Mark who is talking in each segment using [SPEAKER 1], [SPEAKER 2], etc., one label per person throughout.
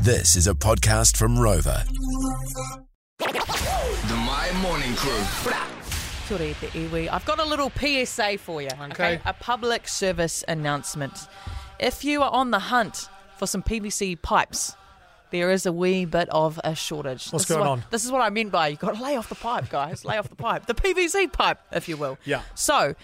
[SPEAKER 1] This is a podcast from Rover.
[SPEAKER 2] The My Morning Crew.
[SPEAKER 3] Kia ora e te iwi. I've got a little PSA for you. Okay. A public service announcement. If you are on the hunt for some PVC pipes, there is a wee bit of a shortage.
[SPEAKER 4] What's
[SPEAKER 3] This is
[SPEAKER 4] going
[SPEAKER 3] what-
[SPEAKER 4] on?
[SPEAKER 3] This is what I mean by you've got to lay off the pipe, guys. lay off the pipe. The PVC pipe, if you will.
[SPEAKER 4] Yeah.
[SPEAKER 3] So,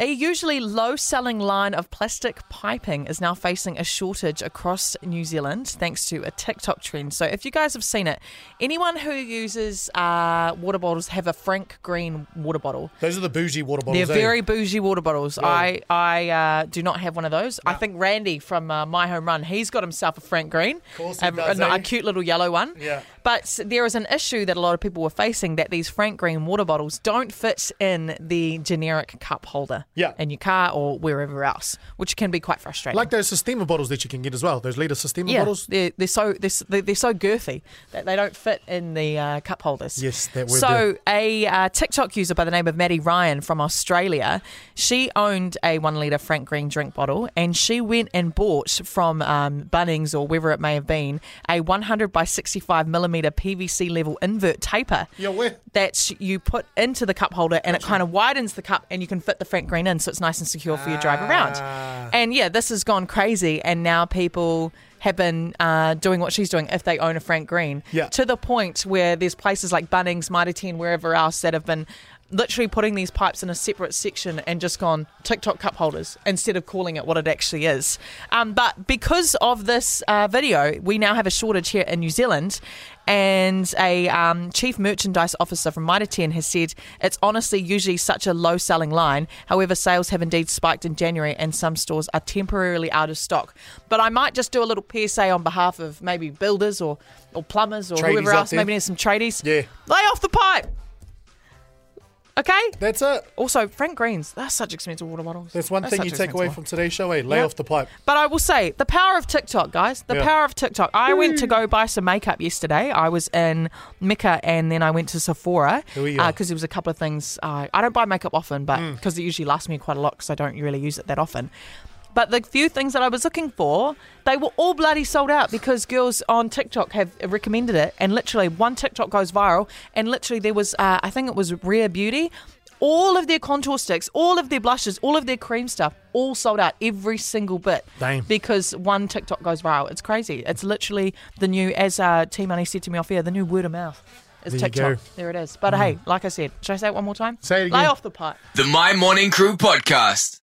[SPEAKER 3] a usually low selling line of plastic piping is now facing a shortage across New Zealand thanks to a TikTok trend. So, if you guys have seen it, anyone who uses uh, water bottles have a Frank Green water bottle.
[SPEAKER 4] Those are the bougie water bottles.
[SPEAKER 3] They're
[SPEAKER 4] eh?
[SPEAKER 3] very bougie water bottles. I I uh, do not have one of those. I think Randy from uh, My Home Run, he's got himself a Frank Green,
[SPEAKER 4] course he
[SPEAKER 3] a,
[SPEAKER 4] does,
[SPEAKER 3] a,
[SPEAKER 4] eh?
[SPEAKER 3] a cute little yellow one.
[SPEAKER 4] Yeah.
[SPEAKER 3] But s- there is an issue that a lot of people were facing that these Frank Green water bottles don't fit in the generic cup holder.
[SPEAKER 4] Yeah.
[SPEAKER 3] In your car or wherever else, which can be quite frustrating.
[SPEAKER 4] Like those Sistema bottles that you can get as well. Those liter Sistema
[SPEAKER 3] yeah,
[SPEAKER 4] bottles.
[SPEAKER 3] they're, they're so they're, s- they're they're so girthy that they don't fit in the uh, cup holders.
[SPEAKER 4] Yes, that word
[SPEAKER 3] So a uh, TikTok user by the name of Maddie Ryan from Australia, she owned a one liter Frank Green drink bottle, and she went and bought from um, Bunnings or wherever it may have been a 100 by 65 millimeter PVC level invert taper.
[SPEAKER 4] Yeah, where?
[SPEAKER 3] That you put into the cup holder and it kind of widens the cup and you can fit the Frank Green in so it's nice and secure for your drive
[SPEAKER 4] Ah.
[SPEAKER 3] around. And yeah, this has gone crazy and now people have been uh, doing what she's doing if they own a Frank Green
[SPEAKER 4] Yeah.
[SPEAKER 3] to the point where there's places like Bunnings, Mitre 10, wherever else that have been literally putting these pipes in a separate section and just gone TikTok cup holders instead of calling it what it actually is. Um, but because of this uh, video, we now have a shortage here in New Zealand. And a um, chief merchandise officer from Mitre 10 has said it's honestly usually such a low selling line. However, sales have indeed spiked in January and some stores are temporarily out of stock. But I might just do a little PSA on behalf of maybe builders or, or plumbers or
[SPEAKER 4] Tradies
[SPEAKER 3] whoever
[SPEAKER 4] out
[SPEAKER 3] else,
[SPEAKER 4] there.
[SPEAKER 3] maybe there's some tradies.
[SPEAKER 4] Yeah.
[SPEAKER 3] Lay off the pipe. Okay?
[SPEAKER 4] That's it.
[SPEAKER 3] Also, Frank Greens, that's such expensive water bottles.
[SPEAKER 4] That's one thing
[SPEAKER 3] such
[SPEAKER 4] you take
[SPEAKER 3] expensive
[SPEAKER 4] away
[SPEAKER 3] one.
[SPEAKER 4] from today's show, eh? Lay
[SPEAKER 3] Yep.
[SPEAKER 4] off the pipe.
[SPEAKER 3] But I will say, the power of TikTok, guys. The
[SPEAKER 4] Yeah.
[SPEAKER 3] power of TikTok. I went to go buy some makeup yesterday. I was in Mecca and then I went to Sephora uh,
[SPEAKER 4] Who are you? Uh,
[SPEAKER 3] because there was a couple of things. uh, I I don't buy makeup often, but because it usually lasts me quite a lot because I don't really use it that often. But the few things that I was looking for, they were all bloody sold out because girls on TikTok have recommended it. And literally, one TikTok goes viral, and literally, there was, uh, I think it was Rare Beauty. All of their contour sticks, all of their blushes, all of their cream stuff, all sold out, every single bit.
[SPEAKER 4] Damn.
[SPEAKER 3] Because one TikTok goes viral. It's crazy. It's literally the new, as uh, T Money said to me off air, the new word of mouth is
[SPEAKER 4] There you
[SPEAKER 3] TikTok.
[SPEAKER 4] go. Hmm.
[SPEAKER 3] There it is. But hey, like I said, should I say it one more time?
[SPEAKER 4] Say it
[SPEAKER 3] Lay
[SPEAKER 4] again.
[SPEAKER 3] off the pipe.
[SPEAKER 2] The My Morning Crew podcast.